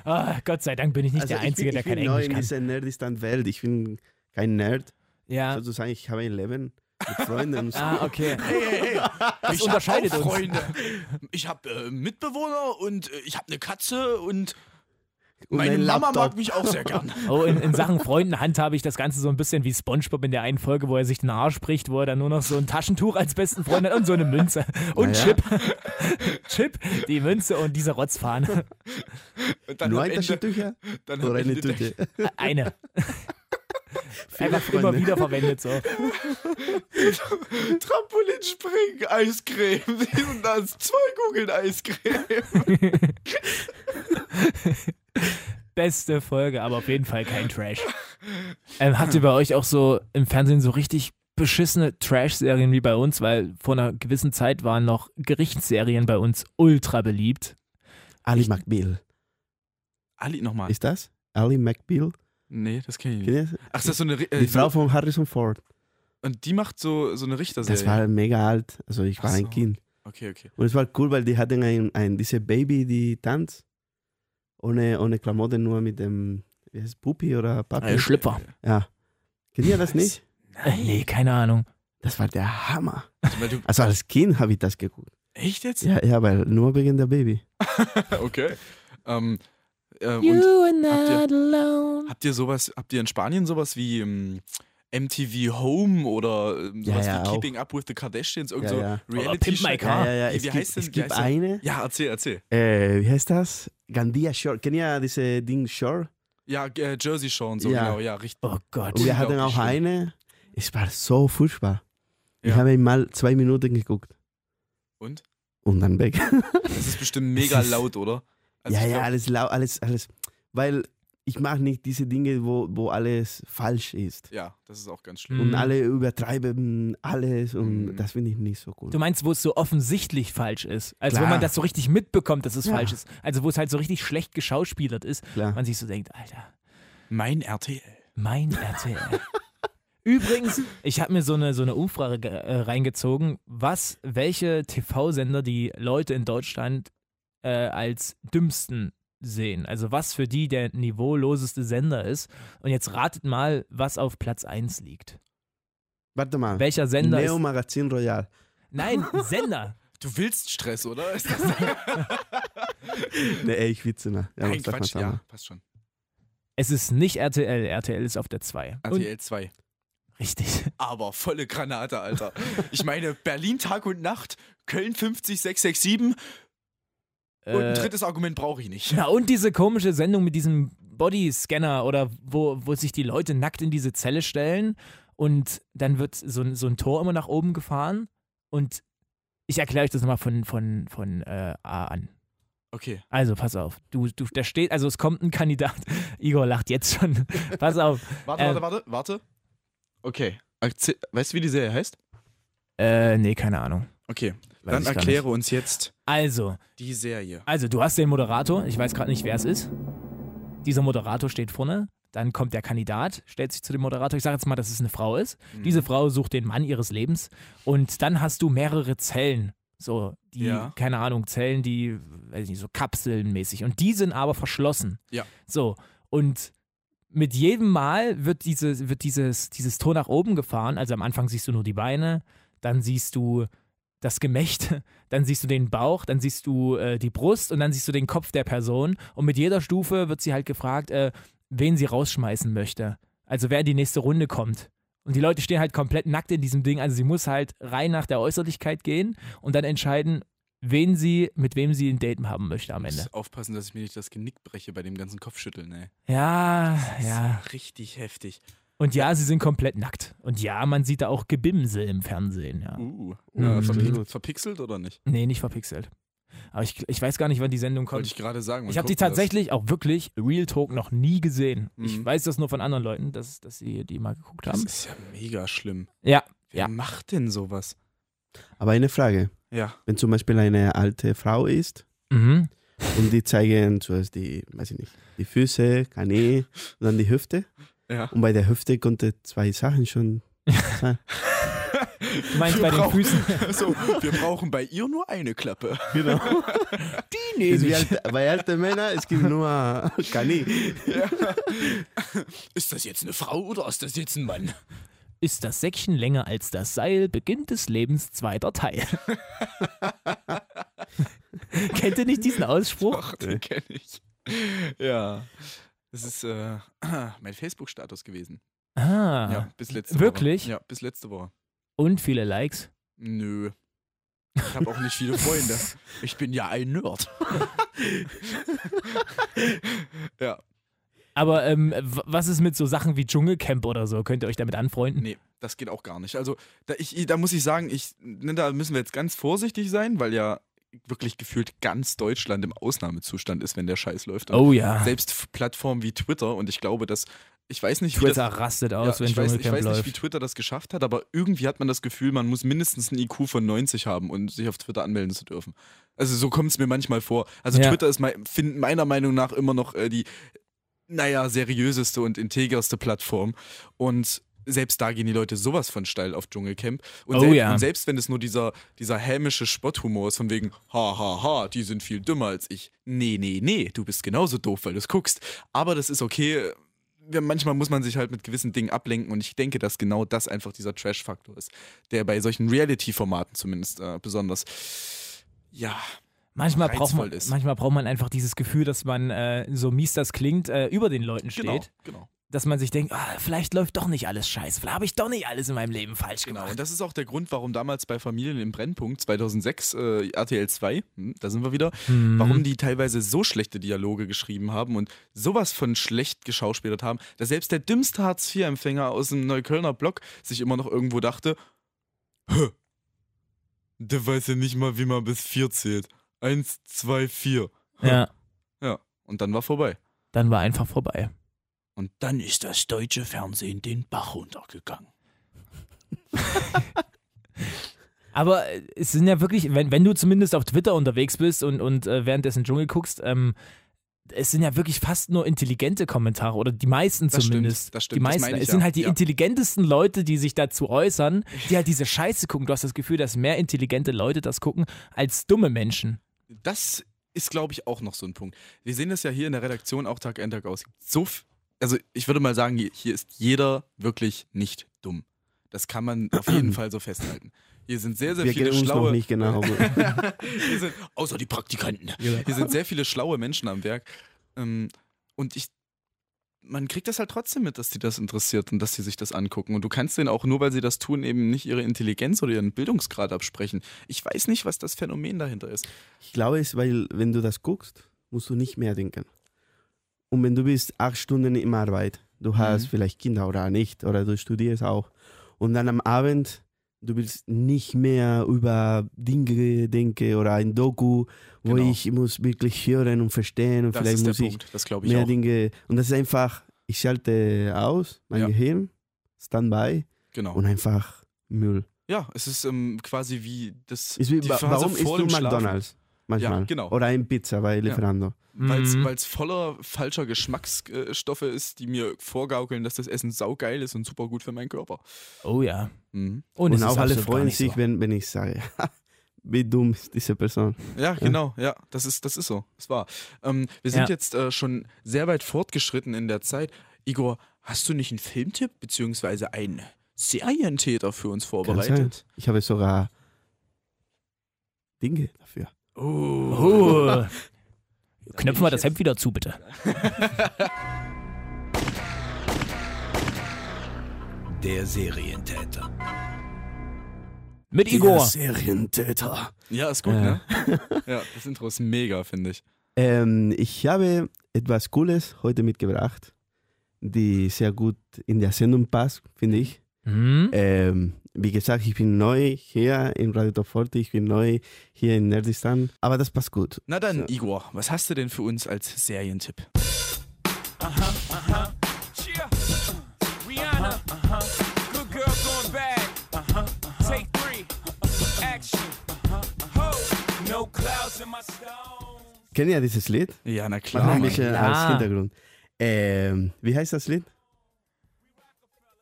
Ah, Gott sei Dank bin ich nicht der
ich
Einzige,
bin,
der
ich bin
kein
neu
Englisch
in
kann.
dieser Nerdistan-Welt. Ich bin kein Nerd.
Ja.
Sozusagen, ich habe ein Leben mit Freunden und so.
Ah, okay.
Hey, hey, hey.
Das
ich
unterscheidet
hab auch
uns.
Freunde. Ich hab äh, Mitbewohner und äh, ich hab eine Katze und
und
meine
ein
Mama
Laptop.
mag mich auch sehr gern.
Oh, in, in Sachen Freundenhand habe ich das Ganze so ein bisschen wie Spongebob in der einen Folge, wo er sich den Arsch bricht, wo er dann nur noch so ein Taschentuch als besten Freund hat und so eine Münze. Und
Naja.
Chip. Chip, die Münze und diese Rotzfahne.
Und dann
Nur
am
ein
Ende-
Taschentücher
dann am
oder eine
Ende denk-
Tüte.
Eine. Einfach immer wieder verwendet so.
Trampolin springen, Eiscreme. Dies und das. Zwei Kugeln Eiscreme.
Beste Folge, aber auf jeden Fall kein Trash. Ähm, habt ihr bei euch auch so im Fernsehen so richtig beschissene Trash-Serien wie bei uns? Weil vor einer gewissen Zeit waren noch Gerichtsserien bei uns ultra beliebt.
Ali McBeal.
Ali nochmal.
Ist das? Ali McBeal?
Nee, das kenne ich nicht.
Kennt ihr das?
Ach, das ist so eine. Ri- Äh,
Die Frau von Harrison Ford.
Und die macht so, so eine Richterserie.
Das war mega alt. Also ich
Ach
war
so.
ein Kind.
okay, okay.
Und es war cool, weil die hatten ein, ein diese Baby, die tanzt. Ohne, ohne Klamotten, nur mit dem, wie heißt es, Pupi oder
Ah,
Papi?
Schlüpfer.
ja. Kennt ihr das nicht?
Äh, nee, keine Ahnung.
Das war der Hammer.
Also, weil du,
Also als Kind habe ich das geguckt.
echt jetzt?
Ja, ja, weil nur wegen der Baby.
Okay. Ähm, äh, und
and
habt
alone.
habt ihr sowas, habt ihr in Spanien sowas wie ähm, MTV Home oder ähm,
Ja,
sowas
ja,
wie
auch.
Keeping Up with the Kardashians? Irgend
Ja,
so
ja.
Oder
reality
Pimp My
Show?
Car.
Ja, ja, ja.
Wie- Ah,
Es
wie
gibt,
heißt denn-
es
wie
gibt
heißt denn-
eine,
Ja, erzähl, erzähl.
äh, wie heißt das? Gandia Shore. Kennt ihr diese Ding Shore?
Ja, äh, Jersey Shore und so,
Ja.
genau, ja, richtig.
Oh Gott.
Und wir hatten
Unglaublich
auch
schön.
eine. Es war so furchtbar. Ich
Ja.
habe mal zwei Minuten geguckt
Und?
und dann weg.
Das ist bestimmt mega
ist-
laut, oder? Also
ja,
ich
ja,
glaub-
alles lau, alles, alles. Weil ich mag nicht diese Dinge, wo, wo alles falsch ist.
Ja, das ist auch ganz schlimm.
Und
Mhm.
alle übertreiben alles und
Mhm.
das finde ich nicht so cool.
Du meinst, wo es so offensichtlich falsch ist. Also wo
Klar.
man das so richtig mitbekommt, dass es
Ja.
falsch ist. Also wo es halt so richtig schlecht geschauspielert ist.
Klar.
Man sich so denkt, Alter,
Mein RTL.
mein RTL. Übrigens, ich habe mir so eine, so eine Umfrage ge- äh, reingezogen, was, welche TV-Sender die Leute in Deutschland äh, als dümmsten sehen. Also was für die der niveauloseste Sender ist. Und jetzt ratet mal, was auf Platz 1 liegt.
Warte mal.
Welcher Sender
Neo
ist.
Magazin Royal.
Nein, Sender.
Du willst Stress, oder? Ist das
Nee, ey, ich witze ne. Ja,
Nein,
sag mal,
Quatsch,
sag mal.
ja, passt schon.
Es ist nicht RTL. RTL ist auf der 2. Und,
RTL 2.
richtig.
aber volle Granate, Alter. Ich meine, Berlin Tag und Nacht, Köln 50, 667 und ein
Äh,
drittes Argument brauche ich nicht.
Na und diese komische Sendung mit diesem Bodyscanner oder wo, wo sich die Leute nackt in diese Zelle stellen und dann wird so, ein- so ein Tor immer nach oben gefahren und ich erkläre euch das nochmal von, von, von äh, A an.
Okay.
Also pass auf, du, du, da steht, also es kommt ein Kandidat, Igor lacht jetzt schon, pass auf,
Warte,
Äh,
warte, warte, warte. Okay. Akze- Weißt du, wie die Serie heißt?
äh, nee, keine Ahnung.
Okay.
Weiß ich
Dann
gar
erkläre uns jetzt
Also,
die Serie.
Also, du hast den Moderator, ich weiß gerade nicht, wer es ist. Dieser Moderator steht vorne, dann kommt der Kandidat, stellt sich zu dem Moderator. Ich sage jetzt mal, dass es eine Frau ist.
Mhm.
Diese Frau sucht den Mann ihres Lebens und dann hast du mehrere Zellen. So, die,
Ja.
keine Ahnung, Zellen, die, weiß ich nicht, so kapselnmäßig. Und die sind aber verschlossen.
Ja.
So, und mit jedem Mal wird, diese, wird dieses, dieses Tor nach oben gefahren. Also am Anfang siehst du nur die Beine, dann siehst du das Gemächt, dann siehst du den Bauch, dann siehst du äh, die Brust und dann siehst du den Kopf der Person. Und mit jeder Stufe wird sie halt gefragt, äh, wen sie rausschmeißen möchte. Also wer in die nächste Runde kommt. Und die Leute stehen halt komplett nackt in diesem Ding. Also sie muss halt rein nach der Äußerlichkeit gehen und dann entscheiden, wen sie, mit wem sie ein Date haben möchte am
Ich
Ende.
muss aufpassen, dass ich mir nicht das Genick breche bei dem ganzen Kopfschütteln, ey.
Ja,
Das ist
ja.
Richtig heftig.
Und ja, sie sind komplett nackt. Und ja, man sieht da auch Gebimse im Fernsehen, ja.
Uh.
Ja,
Äh,
stimmt.
verpixelt, verpixelt oder nicht?
Nee, nicht verpixelt. Aber ich, ich weiß gar nicht, wann die Sendung kommt.
Wollte ich gerade sagen.
Ich habe die tatsächlich auch wirklich Real Talk noch nie gesehen. Ich
Mhm.
weiß das nur von anderen Leuten, dass, dass sie die mal geguckt
Das,
haben.
das ist ja mega schlimm.
Ja,
Wer
Ja.
macht denn sowas?
Aber eine Frage.
Ja.
Wenn zum Beispiel eine alte Frau ist
mhm.
und die zeigen zuerst die, weiß ich nicht, die Füße, Knie und dann die Hüfte.
Ja.
Und bei der Hüfte konnte zwei Sachen schon sein.
du meinst bei den Füßen.
so, wir brauchen bei ihr nur eine Klappe.
Genau.
Die
Ist
nehme
wie alte, bei alten Männern, es gibt nur Knie.
Ist das jetzt eine Frau oder ist das jetzt ein Mann?
Ist das Säckchen länger als das Seil, Beginn des Lebens zweiter Teil. Kennt ihr nicht diesen Ausspruch?
Ach, den kenne ich. Ja. Das ist äh, mein Facebook-Status gewesen.
Ah,
Ja, bis letzte
Wirklich?
Woche. Ja, bis letzte Woche.
und viele Likes.
Nö. Ich habe auch nicht viele Freunde. Ich bin ja ein Nerd. ja,
Aber ähm, w- was ist mit so Sachen wie Dschungelcamp oder so? Könnt ihr euch damit anfreunden?
nee, das geht auch gar nicht. Also, da, ich, da muss ich sagen, ich, ne, da müssen wir jetzt ganz vorsichtig sein, weil ja wirklich gefühlt ganz Deutschland im Ausnahmezustand ist, wenn der Scheiß läuft. Und
Oh ja,
Selbst F- Plattformen wie Twitter und ich glaube, dass ich weiß nicht, wie das,
Twitter rastet halt aus,
ja,
wenn
ich weiß, ich
Dschungelcamp
weiß nicht, wie
läuft.
Twitter das geschafft hat, aber irgendwie hat man das Gefühl, man muss mindestens einen IQ von 90 haben um sich auf Twitter anmelden zu dürfen. Also so kommt es mir manchmal vor. Also
Ja.
Twitter ist mein, find, meiner Meinung nach immer noch äh, die, naja, seriöseste und integerste Plattform. Und selbst da gehen die Leute sowas von steil auf Dschungelcamp. Und,
Oh
selbst,
ja.
und selbst wenn es nur dieser, dieser hämische Spotthumor ist, von wegen, ha, ha, ha, die sind viel dümmer als ich. Nee, nee, nee, du bist genauso doof, weil du es guckst. Aber das ist okay. Wir, manchmal muss man sich halt mit gewissen Dingen ablenken und ich denke, dass genau das einfach dieser Trash-Faktor ist, der bei solchen Reality-Formaten zumindest äh, besonders, ja,
Manchmal braucht, man,
reizvoll ist.
manchmal braucht man einfach dieses Gefühl, dass man, äh, so mies das klingt, äh, über den Leuten steht.
genau, genau.
Dass man sich denkt, ah, vielleicht läuft doch nicht alles scheiße, vielleicht habe ich doch nicht alles in meinem Leben falsch
Genau,
gemacht.
und das ist auch der Grund, warum damals bei Familien im Brennpunkt 2006 äh, RTL 2, hm, da sind wir wieder,
Hm.
warum die teilweise so schlechte Dialoge geschrieben haben und sowas von schlecht geschauspielert haben, dass selbst der dümmste Hartz-IV-Empfänger aus dem Neuköllner Block sich immer noch irgendwo dachte, "Hä, der weiß ja nicht mal, wie man bis 4 zählt. Eins, zwei, vier.
Ja,
Ja, und dann war vorbei.
dann war einfach vorbei.
Und dann ist das deutsche Fernsehen den Bach runtergegangen.
Aber äh, es sind ja wirklich, wenn, wenn du zumindest auf Twitter unterwegs bist und, und äh, währenddessen Dschungel guckst, ähm, es sind ja wirklich fast nur intelligente Kommentare oder die meisten
Das stimmt,
zumindest.
das
die
stimmt, das
meisten.
meine ich
es sind
ja,
halt die
ja.
intelligentesten Leute, die sich dazu äußern, die halt diese Scheiße gucken. Du hast das Gefühl, dass mehr intelligente Leute das gucken als dumme Menschen.
das ist, glaube ich, auch noch so ein Punkt. Wir sehen das ja hier in der Redaktion auch Tag ein, Tag aus. So, f- also ich würde mal sagen, hier- hier ist jeder wirklich nicht dumm. Das kann man auf jeden Fall so festhalten. Hier sind sehr, sehr
Wir
viele
kennen uns
schlaue.
noch nicht genau.
Hier sind, außer die Praktikanten. Hier sind sehr viele schlaue Menschen am Werk. Ähm, und ich, man kriegt das halt trotzdem mit, dass die das interessiert und dass sie sich das angucken. Und du kannst denen auch nur, weil sie das tun, eben nicht ihre Intelligenz oder ihren Bildungsgrad absprechen. Ich weiß nicht, was das Phänomen dahinter ist.
Ich glaube, es ist, weil wenn du das guckst, musst du nicht mehr denken. Und wenn du bist acht Stunden in Arbeit, du hast
Mhm.
vielleicht Kinder oder nicht, oder du studierst auch, und dann am Abend, du willst nicht mehr über Dinge denken oder ein Doku, wo
Genau.
ich muss wirklich hören und verstehen und
Das
vielleicht
ist der
muss ich
Punkt. Das glaube ich
mehr
auch.
Dinge. Und das ist einfach, ich schalte aus, mein
Ja.
Gehirn, Standby
Genau.
und einfach Müll.
Ja, es ist ähm, quasi wie das.
Ist wie,
die
wa-
Phase
warum isst
vor
du
dem Schlafen,
McDonalds manchmal?
genau.
Oder ein Pizza bei Lieferando.
weil's-
Mhm.
Weil es voller falscher Geschmacksstoffe ist, die mir vorgaukeln, dass das Essen saugeil ist und super gut für meinen Körper.
Oh ja.
Mhm.
Und, es
Und
ist
auch alle
absolut gar
freuen
nicht
sich,
so.
wenn, wenn ich sage, wie dumm ist diese Person.
Ja, genau, ja, das ist, das ist so. Das war. Ähm, wir
Ja.
sind jetzt äh, schon sehr weit fortgeschritten in der Zeit. Igor, hast du nicht einen Filmtipp beziehungsweise einen Serientäter für uns
sein.
vorbereitet?
Ich habe sogar Dinge dafür.
Oh. Knöpfen wir das Hemd wieder zu, bitte.
Der Serientäter.
Mit Igor.
Serientäter.
Ja, ist gut,
Ja.
ne? ja, das Intro ist mega, finde ich.
Ähm, ich habe etwas Cooles heute mitgebracht, die sehr gut in der Sendung passt, finde ich.
Hm?
Ähm, wie gesagt, ich bin neu hier in Radio Top 40, ich bin neu hier in Nerdistan, aber das passt gut.
Na dann,
So.
Igor, was hast du denn für uns als Serientipp?
Cheer. Rihanna. Good girl going bad. Take three. Action. Ho. No clouds in my stones.
Kennt ihr dieses Lied?
Ja, na
Mach mal
klar.
ein
Mann.
bisschen
klar.
als Hintergrund. Ähm, wie heißt das Lied?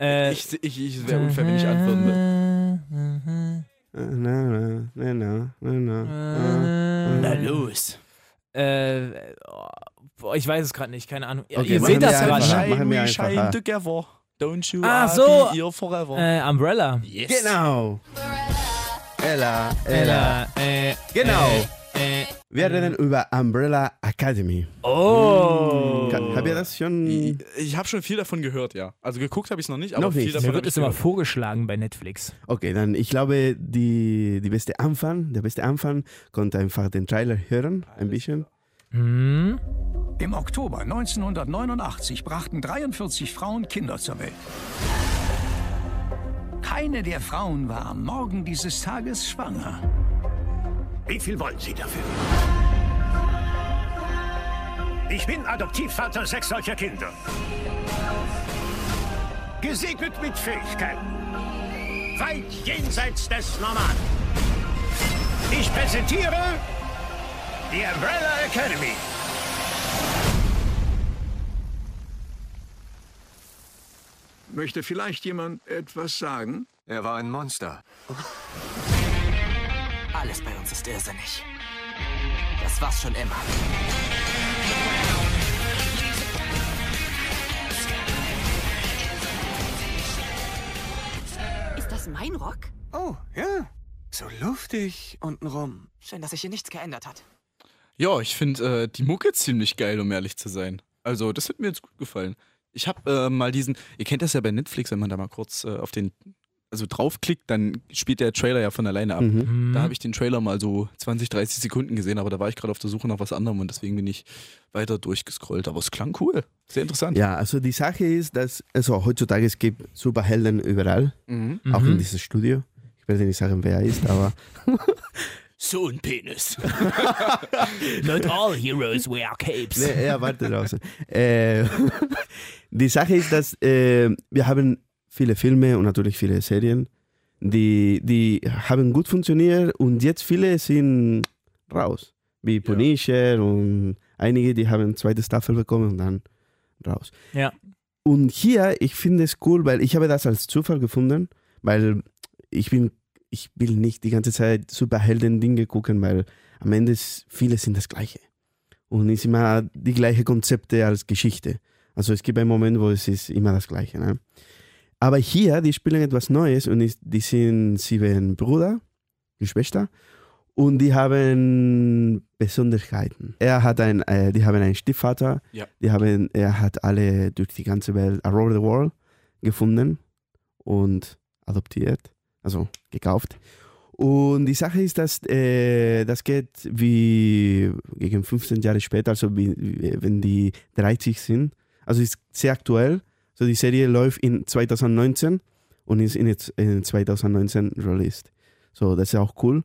Äh,
Ich, ich, ich wäre unfair, wenn ich
Mhm.
antworten würde.
Na, na, na, na, na, na.
Na los.
Ähm. Äh, boah, ich weiß es gerade nicht, keine Ahnung.
Okay,
Ihr
machen
seht
wir
das
einfach.
gerade.
Shine, Machen wir we shine einfacher.
together. Don't you
Ah, are so. be
here forever.
Äh, Umbrella.
yes.
Genau! Ella, Ella.
Äh, äh,
Genau.
Äh, äh.
Wir reden über Umbrella Academy. Hm.
Oh.
Ka- Habt ihr das
Ich,
schon?
ich habe schon viel davon gehört, ja. Also geguckt habe ich es Mhm. noch nicht, aber
Noch
viel
nicht.
davon
Mir
hab
wird
ich
es immer
gehört.
vorgeschlagen bei Netflix.
Okay, dann ich glaube, die, die beste Anfang, der beste Anfang konnte einfach den Trailer hören, ein bisschen.
Hm?
Im Oktober 1989 brachten 43 Frauen Kinder zur Welt. Keine der Frauen war am Morgen dieses Tages schwanger.
Wie viel wollen Sie dafür? Ich bin Adoptivvater sechs solcher Kinder. Gesegnet mit Fähigkeiten. Weit jenseits des Normalen. Ich präsentiere die Umbrella Academy.
Möchte vielleicht jemand etwas sagen?
Er war ein Monster.
Alles bei uns ist irrsinnig. Das war's schon immer.
Ist das mein Rock?
Oh, ja. So luftig untenrum.
Schön, dass sich hier nichts geändert hat.
Ja, ich finde äh, die Mucke ziemlich geil, um ehrlich zu sein. Also, das hat mir jetzt gut gefallen. Ich habe äh, mal diesen, ihr kennt das ja bei Netflix, wenn man da mal kurz äh, auf den, also draufklickt, dann spielt der Trailer ja von alleine ab.
Mhm.
Hm,
Da habe ich den Trailer mal so 20, 30 Sekunden gesehen, aber da war ich gerade auf der Suche nach was anderem und deswegen bin ich weiter durchgescrollt. Aber es klang cool. Sehr interessant.
Ja, also die Sache ist, dass also heutzutage es gibt Superhelden überall,
Mhm.
auch in
Mhm.
diesem Studio. Ich werde nicht sagen, wer er ist, aber
So ein Penis.
Not all heroes wear capes.
nee, er wartet draußen. äh, die Sache ist, dass äh, wir haben viele Filme und natürlich viele Serien, die, die haben gut funktioniert und jetzt viele sind raus, wie Punisher und einige, die haben zweite Staffel bekommen und dann raus.
Ja.
Und hier, ich finde es cool, weil ich habe das als Zufall gefunden, weil ich bin, ich will nicht die ganze Zeit Superhelden-Dinge gucken, weil am Ende ist, viele sind das Gleiche. Und ist immer die gleiche Konzepte als Geschichte. Also es gibt einen Moment, wo es ist immer das Gleiche. Ne? Aber hier, die spielen etwas Neues und ist, die sind sieben Brüder, Geschwister, und die haben Besonderheiten. Er hat ein, äh, die haben einen Stiefvater,
Ja.
die haben, er hat alle durch die ganze Welt around the world gefunden und adoptiert, also gekauft. Und die Sache ist, dass äh, das geht wie gegen 15 Jahre später, also wie, wie- wenn die 30 sind. Also ist sehr aktuell. So die Serie läuft in 2019 und ist in, jetzt- in 2019 released. So, das ist auch cool.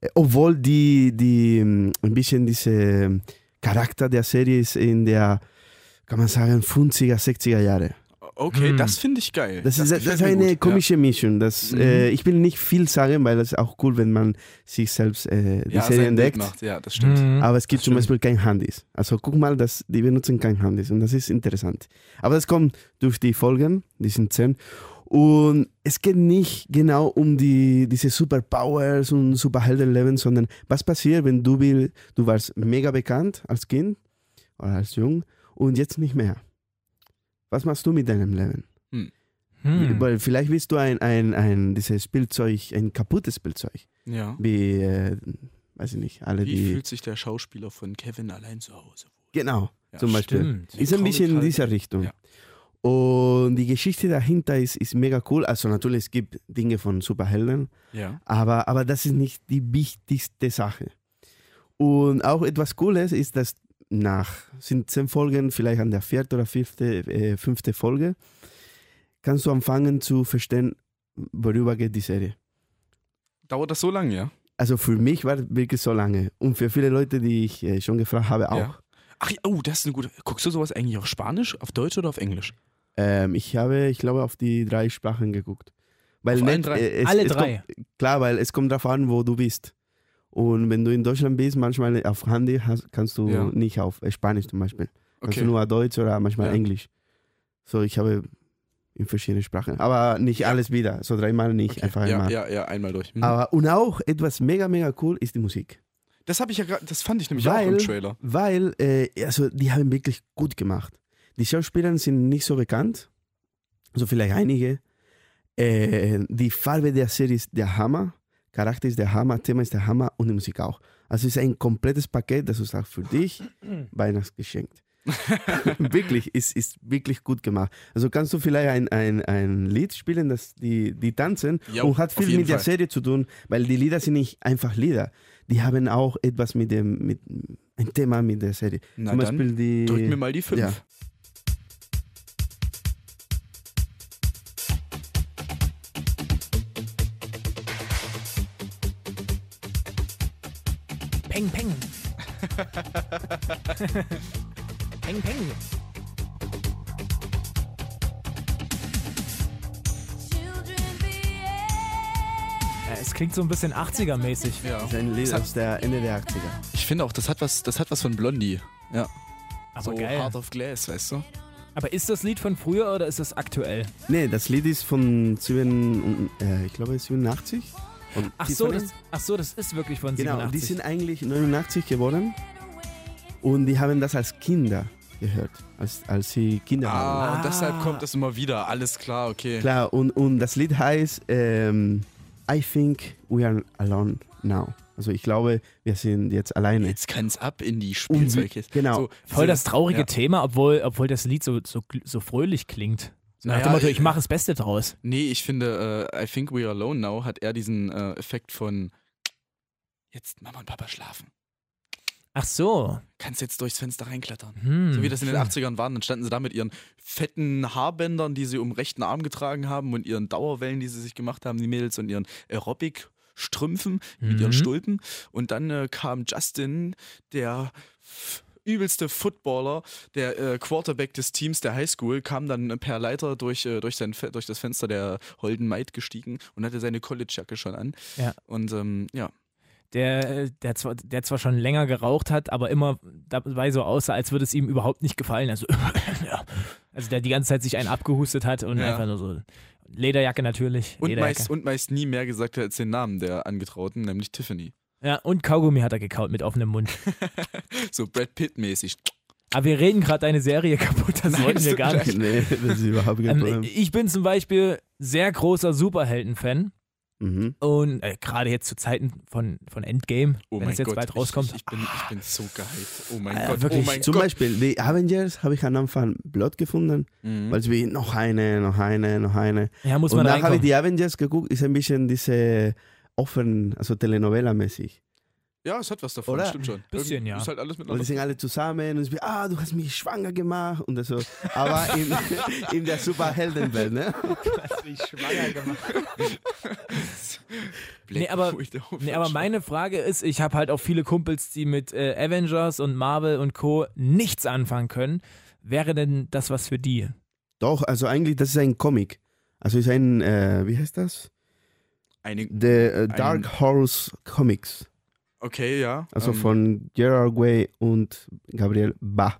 Äh, Obwohl die, die ähm, ein bisschen diese mm, Charakter der Serie ist in der, kann man sagen, 50er, 60er Jahre.
Okay,
Hm.
das finde ich geil.
Das, ist, das
gefällt
ist
mir
eine
gut.
komische Mischung. Das,
Mhm.
äh, ich will nicht viel sagen, weil das ist auch cool, wenn man sich selbst äh, die
ja. ja,
Serie
sein Bild
entdeckt.
Macht. Ja, das stimmt.
Mhm.
Aber es gibt
Das
zum
stimmt.
Beispiel kein Handys. Also guck mal, das, die benutzen kein Handys und das ist interessant. Aber das kommt durch die Folgen, die sind zehn. Und es geht nicht genau um die, diese Superpowers und Superheldenleben, sondern was passiert, wenn du will, du warst mega bekannt als Kind oder als Jung und jetzt nicht mehr. Was machst du mit deinem Leben?
Hm.
Weil vielleicht willst du ein, ein, ein dieses Spielzeug, ein kaputtes Spielzeug.
Ja.
Wie, äh, weiß ich nicht, alle
Wie
die.
fühlt sich der Schauspieler von Kevin allein zu Hause?
Genau,
Ja,
zum Beispiel.
Stimmt.
Ist ein bisschen in
Comic halt.
dieser Richtung.
Ja.
Und die Geschichte dahinter ist, ist mega cool. Also natürlich, es gibt Dinge von Superhelden,
Ja.
aber, aber das ist nicht die wichtigste Sache. Und auch etwas Cooles ist, dass nach sind zehn Folgen, vielleicht an der vierten oder fünfte, äh, fünfte Folge, kannst du anfangen zu verstehen, worüber geht die Serie.
Dauert das so lange, ja?
Also für mich war das wirklich so lange. Und für viele Leute, die ich äh, schon gefragt habe, auch.
Ja. Ach, ja, oh, das ist eine gute. Guckst du sowas eigentlich auf Spanisch, auf Deutsch oder auf Englisch?
Ähm, ich habe, ich glaube, auf die drei Sprachen geguckt. Weil
Auf alle
Net-
drei?
äh, es,
Alle
es
drei.
Kommt, klar, weil es kommt darauf an, wo du bist. Und wenn du in Deutschland bist, manchmal auf Handy hast, kannst du
Ja.
nicht auf äh, Spanisch zum Beispiel. Kannst
Okay.
du nur Deutsch oder manchmal
Ja.
Englisch. So, ich habe in verschiedenen Sprachen. Aber nicht alles wieder. So dreimal nicht,
Okay.
einfach
ja,
einmal.
ja, ja, einmal durch. Mhm.
Aber und auch etwas mega, mega cool ist die Musik.
Das habe ich ja gerade, das fand ich nämlich auch
Weil-
im Trailer.
Weil, äh, also die haben wirklich gut gemacht. Die Schauspieler sind nicht so bekannt, so vielleicht einige. Äh, die Farbe der Serie ist der Hammer, Charakter ist der Hammer, Thema ist der Hammer und die Musik auch. Also es ist ein komplettes Paket, das ist auch für dich Weihnachtsgeschenk. wirklich, ist, ist wirklich gut gemacht. Also kannst du vielleicht ein, ein, ein Lied spielen, das die, die tanzen
Ja,
und hat
auf
viel
jeden
mit der
Fall.
Serie zu tun, weil die Lieder sind nicht einfach Lieder. Die haben auch etwas mit dem, mit ein Thema mit der Serie.
Na
Zum
dann,
Beispiel die.
Drück mir mal die 5.
Ja.
Peng, peng. peng, peng. Ja, Äh, es klingt so ein bisschen 80er-mäßig.
Ja.
Das ist ein Lied
Das hat-
aus der Ende der 80er.
Ich finde auch, das hat was, das hat was von Blondie. Ja.
Aber
so
geil.
Heart of Glass, weißt du?
Aber ist das Lied von früher oder ist das aktuell?
Nee, das Lied ist von 7, äh, ich glaube 87. Und
Ach
die
so,
von-
das, ach so, das ist wirklich von
Genau,
87.
die sind eigentlich 89 geworden und die haben das als Kinder gehört, als, als sie Kinder waren.
Ah, und deshalb kommt das immer wieder. Alles klar, okay.
Klar, und, und das Lied heißt ähm, I think we are alone now. Also ich glaube, wir sind jetzt alleine.
Jetzt kann's ab in die
Und wir-
Spielzeugkiste.
genau.
So,
Voll das traurige
Ja.
Thema, obwohl, obwohl das Lied so, so, gl- so fröhlich klingt. So nach
Naja,
dem Motto, ich
äh,
mache das Beste draus.
Nee, ich finde, äh, I think we're alone now hat eher diesen äh, Effekt von jetzt Mama und Papa schlafen.
Ach so.
Kannst jetzt durchs Fenster reinklettern.
Hm.
So wie das in den
schön.
80ern waren, dann standen sie da mit ihren fetten Haarbändern, die sie um den rechten Arm getragen haben und ihren Dauerwellen, die sie sich gemacht haben, die Mädels und ihren Aerobic-Strümpfen mit
Mhm.
ihren Stulpen. Und dann äh, kam Justin, der f- übelste Footballer, der äh, Quarterback des Teams der Highschool, kam dann äh, per Leiter durch, äh, durch, sein, Fe- durch das Fenster der Holden Maid gestiegen und hatte seine Collegejacke schon an.
Ja.
Und ähm, ja,
der, der, zwar, der zwar schon länger geraucht hat, aber immer dabei so aussah, als würde es ihm überhaupt nicht gefallen. Also, ja. also der die ganze Zeit sich einen abgehustet hat und
Ja.
einfach nur so. Lederjacke natürlich.
und
Lederjacke.
meist, und meist nie mehr gesagt hat als den Namen der Angetrauten, nämlich Tiffany.
ja, und Kaugummi hat er gekaut mit offenem Mund.
So Brad Pitt-mäßig.
Aber wir reden gerade eine Serie kaputt, das
Nein,
wollten
es
wir
tut
gar
mir
nicht.
Nee, das ist überhaupt kein
Ähm,
Problem.
ich bin zum Beispiel sehr großer Superhelden-Fan.
Mhm.
Und äh, gerade jetzt zu Zeiten von, von Endgame,
Oh
wenn
mein
es jetzt
Gott,
bald rauskommt.
Ich, ich, bin, ich bin so gehypt. Oh mein
Alter,
Gott,
wirklich,
oh mein
Ah, Zum
Gott.
Beispiel, die Avengers habe ich am Anfang Blut gefunden,
Mhm.
weil es wie noch eine, noch eine, noch eine.
ja, Hm? muss
und
man
dann habe ich
reinkommen.
die Avengers geguckt, ist ein bisschen diese offen, also Telenovela-mäßig.
ja, es hat was davon,
Oder?
stimmt schon.
Bisschen,
Irgend-
ja.
Ist halt alles
Und die
miteinander.
sind alle zusammen und es wird, ah, du hast mich schwanger gemacht und das so. Aber in, in der Superheldenwelt, ne?
Black
Nee, aber-
Widow wird
Nee, aber
schon-
meine Frage ist, ich habe halt auch viele Kumpels, die mit äh, Avengers und Marvel und Co. nichts anfangen können. Wäre denn das was für die?
Doch, also eigentlich, das ist ein Comic. Also ist ein, äh, wie heißt das?
Eine,
The äh, Dark Horse Comics.
okay, ja.
Also
ähm,
von Gerard Way und Gabriel Ba.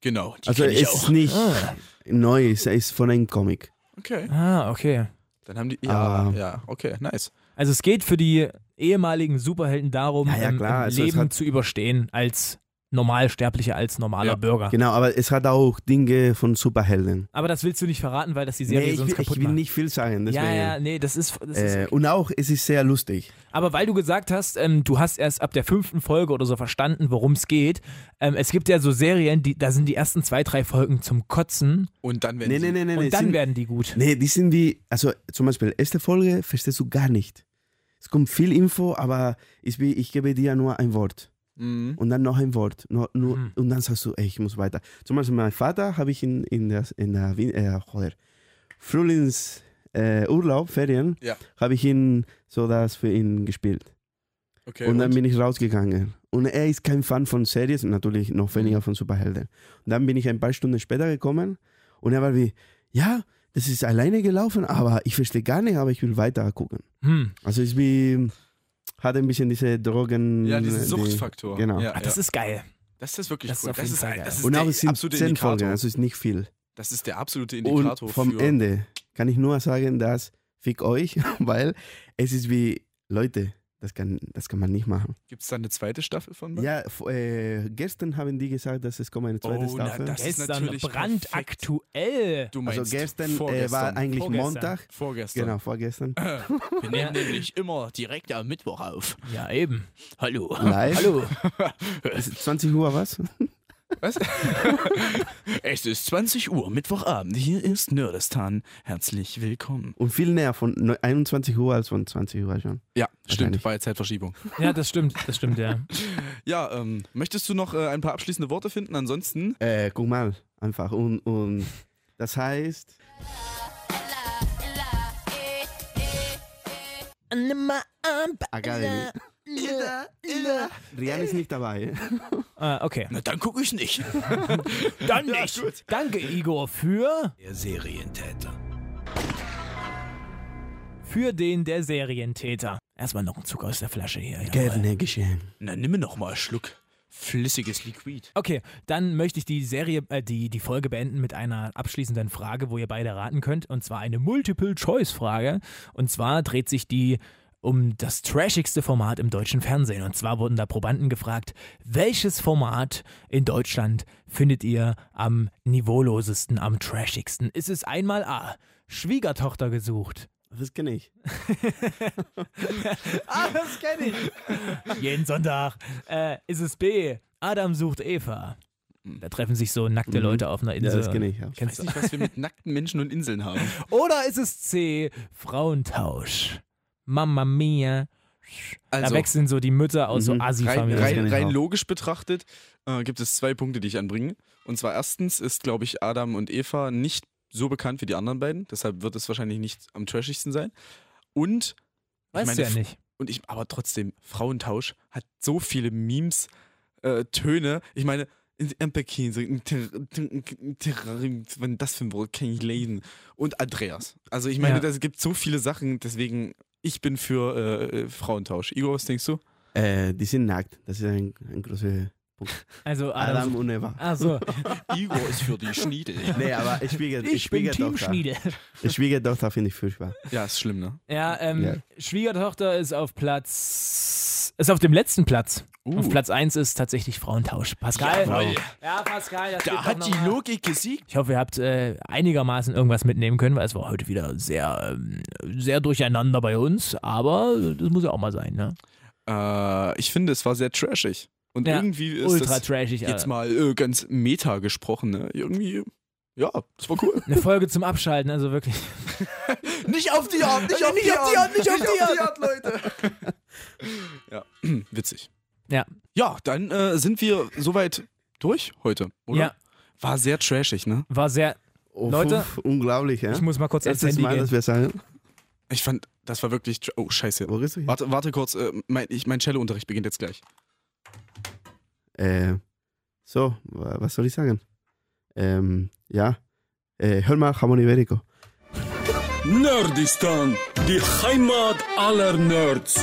Genau, die
Also
kenn ich
es
auch.
ist nicht
Ah.
neu, es ist von einem Comic.
Okay,
Ah, okay.
dann haben die. Ja,
Ah.
ja, okay, nice.
Also es geht für die ehemaligen Superhelden darum,
Ja, ja,
ähm,
klar,
im
also es
Leben
hat-
zu überstehen als Normalsterbliche als normaler
Ja,
Bürger.
Genau, aber es hat auch Dinge von Superhelden.
Aber das willst du nicht verraten, weil das die Serie
nee, ich,
sonst
will,
kaputt
ich will
macht.
nicht viel sagen. Deswegen.
ja, ja, nee, das ist. Das ist
Äh, und auch, es ist sehr lustig.
Aber weil du gesagt hast, ähm, du hast erst ab der fünften Folge oder so verstanden, worum es geht. Ähm, es gibt ja so Serien, die, da sind die ersten zwei, drei Folgen zum Kotzen
Und dann, wenn
Nee,
sie,
nee, nee, nee. nee,
und dann
sind,
werden die gut.
nee, die sind wie, also zum Beispiel, erste Folge verstehst du gar nicht. Es kommt viel Info, aber ist wie, ich gebe dir nur ein Wort.
Mhm.
und dann noch ein Wort. Nur, nur,
Hm.
Und dann sagst du, ey, ich muss weiter. Zum Beispiel, mein Vater habe ich in, in, das, in der Win- äh, joder, Frühlings, äh, Urlaub, Ferien,
Ja.
habe ich ihn so das für ihn gespielt.
Okay,
und dann
und?
bin ich rausgegangen. Und er ist kein Fan von Series und natürlich
Hm.
noch weniger von Superhelden. Und dann bin ich ein paar Stunden später gekommen und er war wie, ja, das ist alleine gelaufen, aber ich verstehe gar nicht, aber ich will weiter gucken.
Hm.
Also es ist wie, hat ein bisschen diese Drogen... äh,
ja, diesen
die-
Suchtfaktor.
genau.
Ja,
Ah,
ja.
das ist geil.
Das ist wirklich
Das ist
cool.
auf jeden Fall
ein-
geil.
das ist
Und auch
der
es sind
absolute
10 Folgen,
Indikator.
also ist nicht viel.
Das ist der absolute
Und
Indikator
vom
für
Ende kann ich nur sagen, dass fick euch, weil es ist wie, Leute, das kann, das kann man nicht machen.
Gibt es da eine zweite Staffel von?
Ja, f- äh, gestern haben die gesagt, dass es kommt eine zweite
Oh, na,
Staffel.
das- ist
Gestern
natürlich
brandaktuell.
Du meinst
also gestern äh, war
vorgestern.
eigentlich
Vorgestern.
Montag.
vorgestern.
Genau, vorgestern.
Wir nehmen nämlich immer direkt am Mittwoch auf.
Ja, eben.
Hallo.
Live.
Hallo.
Es ist 20 Uhr was?
Was?
Es ist 20 Uhr, Mittwochabend. Hier ist Nerdistan. Herzlich willkommen.
Und viel näher von neu- 21 Uhr als von 20 Uhr schon.
Ja, stimmt.
Wahrscheinlich.
War ja Zeitverschiebung.
Ja, das stimmt. Das stimmt, ja.
Ja, ähm, möchtest du noch äh, ein paar abschließende Worte finden? Ansonsten
Äh, guck mal, einfach. Und, und das heißt, Academy. Rian ist nicht dabei.
Ah, okay.
Na, dann gucke ich nicht.
Dann nicht. Danke, Igor, für,
Der Serientäter.
für den der Serientäter. Erstmal noch ein Zug aus der Flasche hier. jawohl.
Gerne geschehen.
Na, nimm mir noch mal einen Schluck flüssiges Liquid.
Okay, dann möchte ich die Serie, äh, die, die Folge beenden mit einer abschließenden Frage, wo ihr beide raten könnt. Und zwar eine Multiple-Choice-Frage. Und zwar dreht sich die um das trashigste Format im deutschen Fernsehen. Und zwar wurden da Probanden gefragt, welches Format in Deutschland findet ihr am niveaulosesten, am trashigsten? Ist es einmal A, Schwiegertochter gesucht?
Das kenne ich.
Ah, das kenne ich. Jeden Sonntag äh, ist es B, Adam sucht Eva. Da treffen sich so nackte
Mhm.
Leute auf einer
Ja,
Insel.
das kenne ich. Ja.
Kennst
weiß nicht, was wir mit nackten Menschen und Inseln haben.
Oder ist es C, Frauentausch? Mamma mia. da
Also
wechseln so die Mütter aus so
Mhm.
rein,
Asi-Familien.
Das kenn
rein,
ich
rein
auch.
logisch betrachtet äh, gibt es zwei Punkte, die ich anbringe. Und zwar erstens ist, glaube ich, Adam und Eva nicht so bekannt wie die anderen beiden. Deshalb wird es wahrscheinlich nicht am trashigsten sein. Und ich
Weißt
meine,
du ja nicht.
Und ich, aber trotzdem, Frauentausch hat so viele Memes, äh, Töne. Ich meine, in- in Pekin, so ein Ter- Ter- Terrarium, wenn das für ein Wort kann ich lesen. Und Andreas. Also ich meine,
Ja.
das gibt so viele Sachen, deswegen, ich bin für äh, äh, Frauentausch. Igor, was denkst du?
Äh, die sind nackt. Das ist ein, ein großer
Also Adam.
Adam und Eva.
Ach so.
Igor ist für die Schniedel.
Nee, aber ich Schwieger,
ich bin Team Schniede.
Ich Schwiegertochter finde ich furchtbar.
Ja, ist schlimm, ne?
Ja, ähm,
Ja.
Schwiegertochter ist auf Platz. Ist auf dem letzten Platz.
Uh.
Auf Platz 1 ist tatsächlich Frauentausch. Pascal.
Jawohl.
Ja, Pascal, das geht doch
Da hat
noch
die
mal.
Logik gesiegt.
Ich hoffe, ihr habt äh, einigermaßen irgendwas mitnehmen können, weil es war heute wieder sehr, ähm, sehr durcheinander bei uns. Aber das muss ja auch mal sein, ne?
Äh, ich finde, es war sehr trashig. Und
Ja,
irgendwie ist
Ultra
das
trashig.
jetzt
Alter.
mal äh, ganz meta gesprochen, ne? Irgendwie, ja, das war cool.
Eine Folge zum Abschalten, also wirklich. Also
Nicht auf die Art, nicht auf die Art.
nicht auf die Hand.
ja, witzig.
Ja.
Ja, dann äh, sind wir soweit durch heute, oder?
Ja.
War sehr trashig, ne?
War sehr.
Oh,
Leute,
puff, unglaublich, ja?
Ich muss mal kurz ans
Letztes
Handy
Mal,
gehen.
dass wir sagen,
Ich fand, das war wirklich. tra- Oh, scheiße.
wo bist du hier?
Warte, warte kurz, äh, mein, ich, mein Cello-Unterricht beginnt jetzt gleich.
Äh, so, wa- was soll ich sagen? Ähm, ja. Äh, hör mal, Jamon Iberico.
Nerdistan, die Heimat aller Nerds.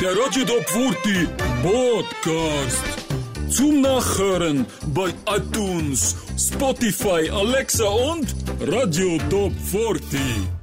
Der Rajidop Wurti Podcast. Zum Nachhören bei iTunes, Spotify, Alexa und Radio Top 40.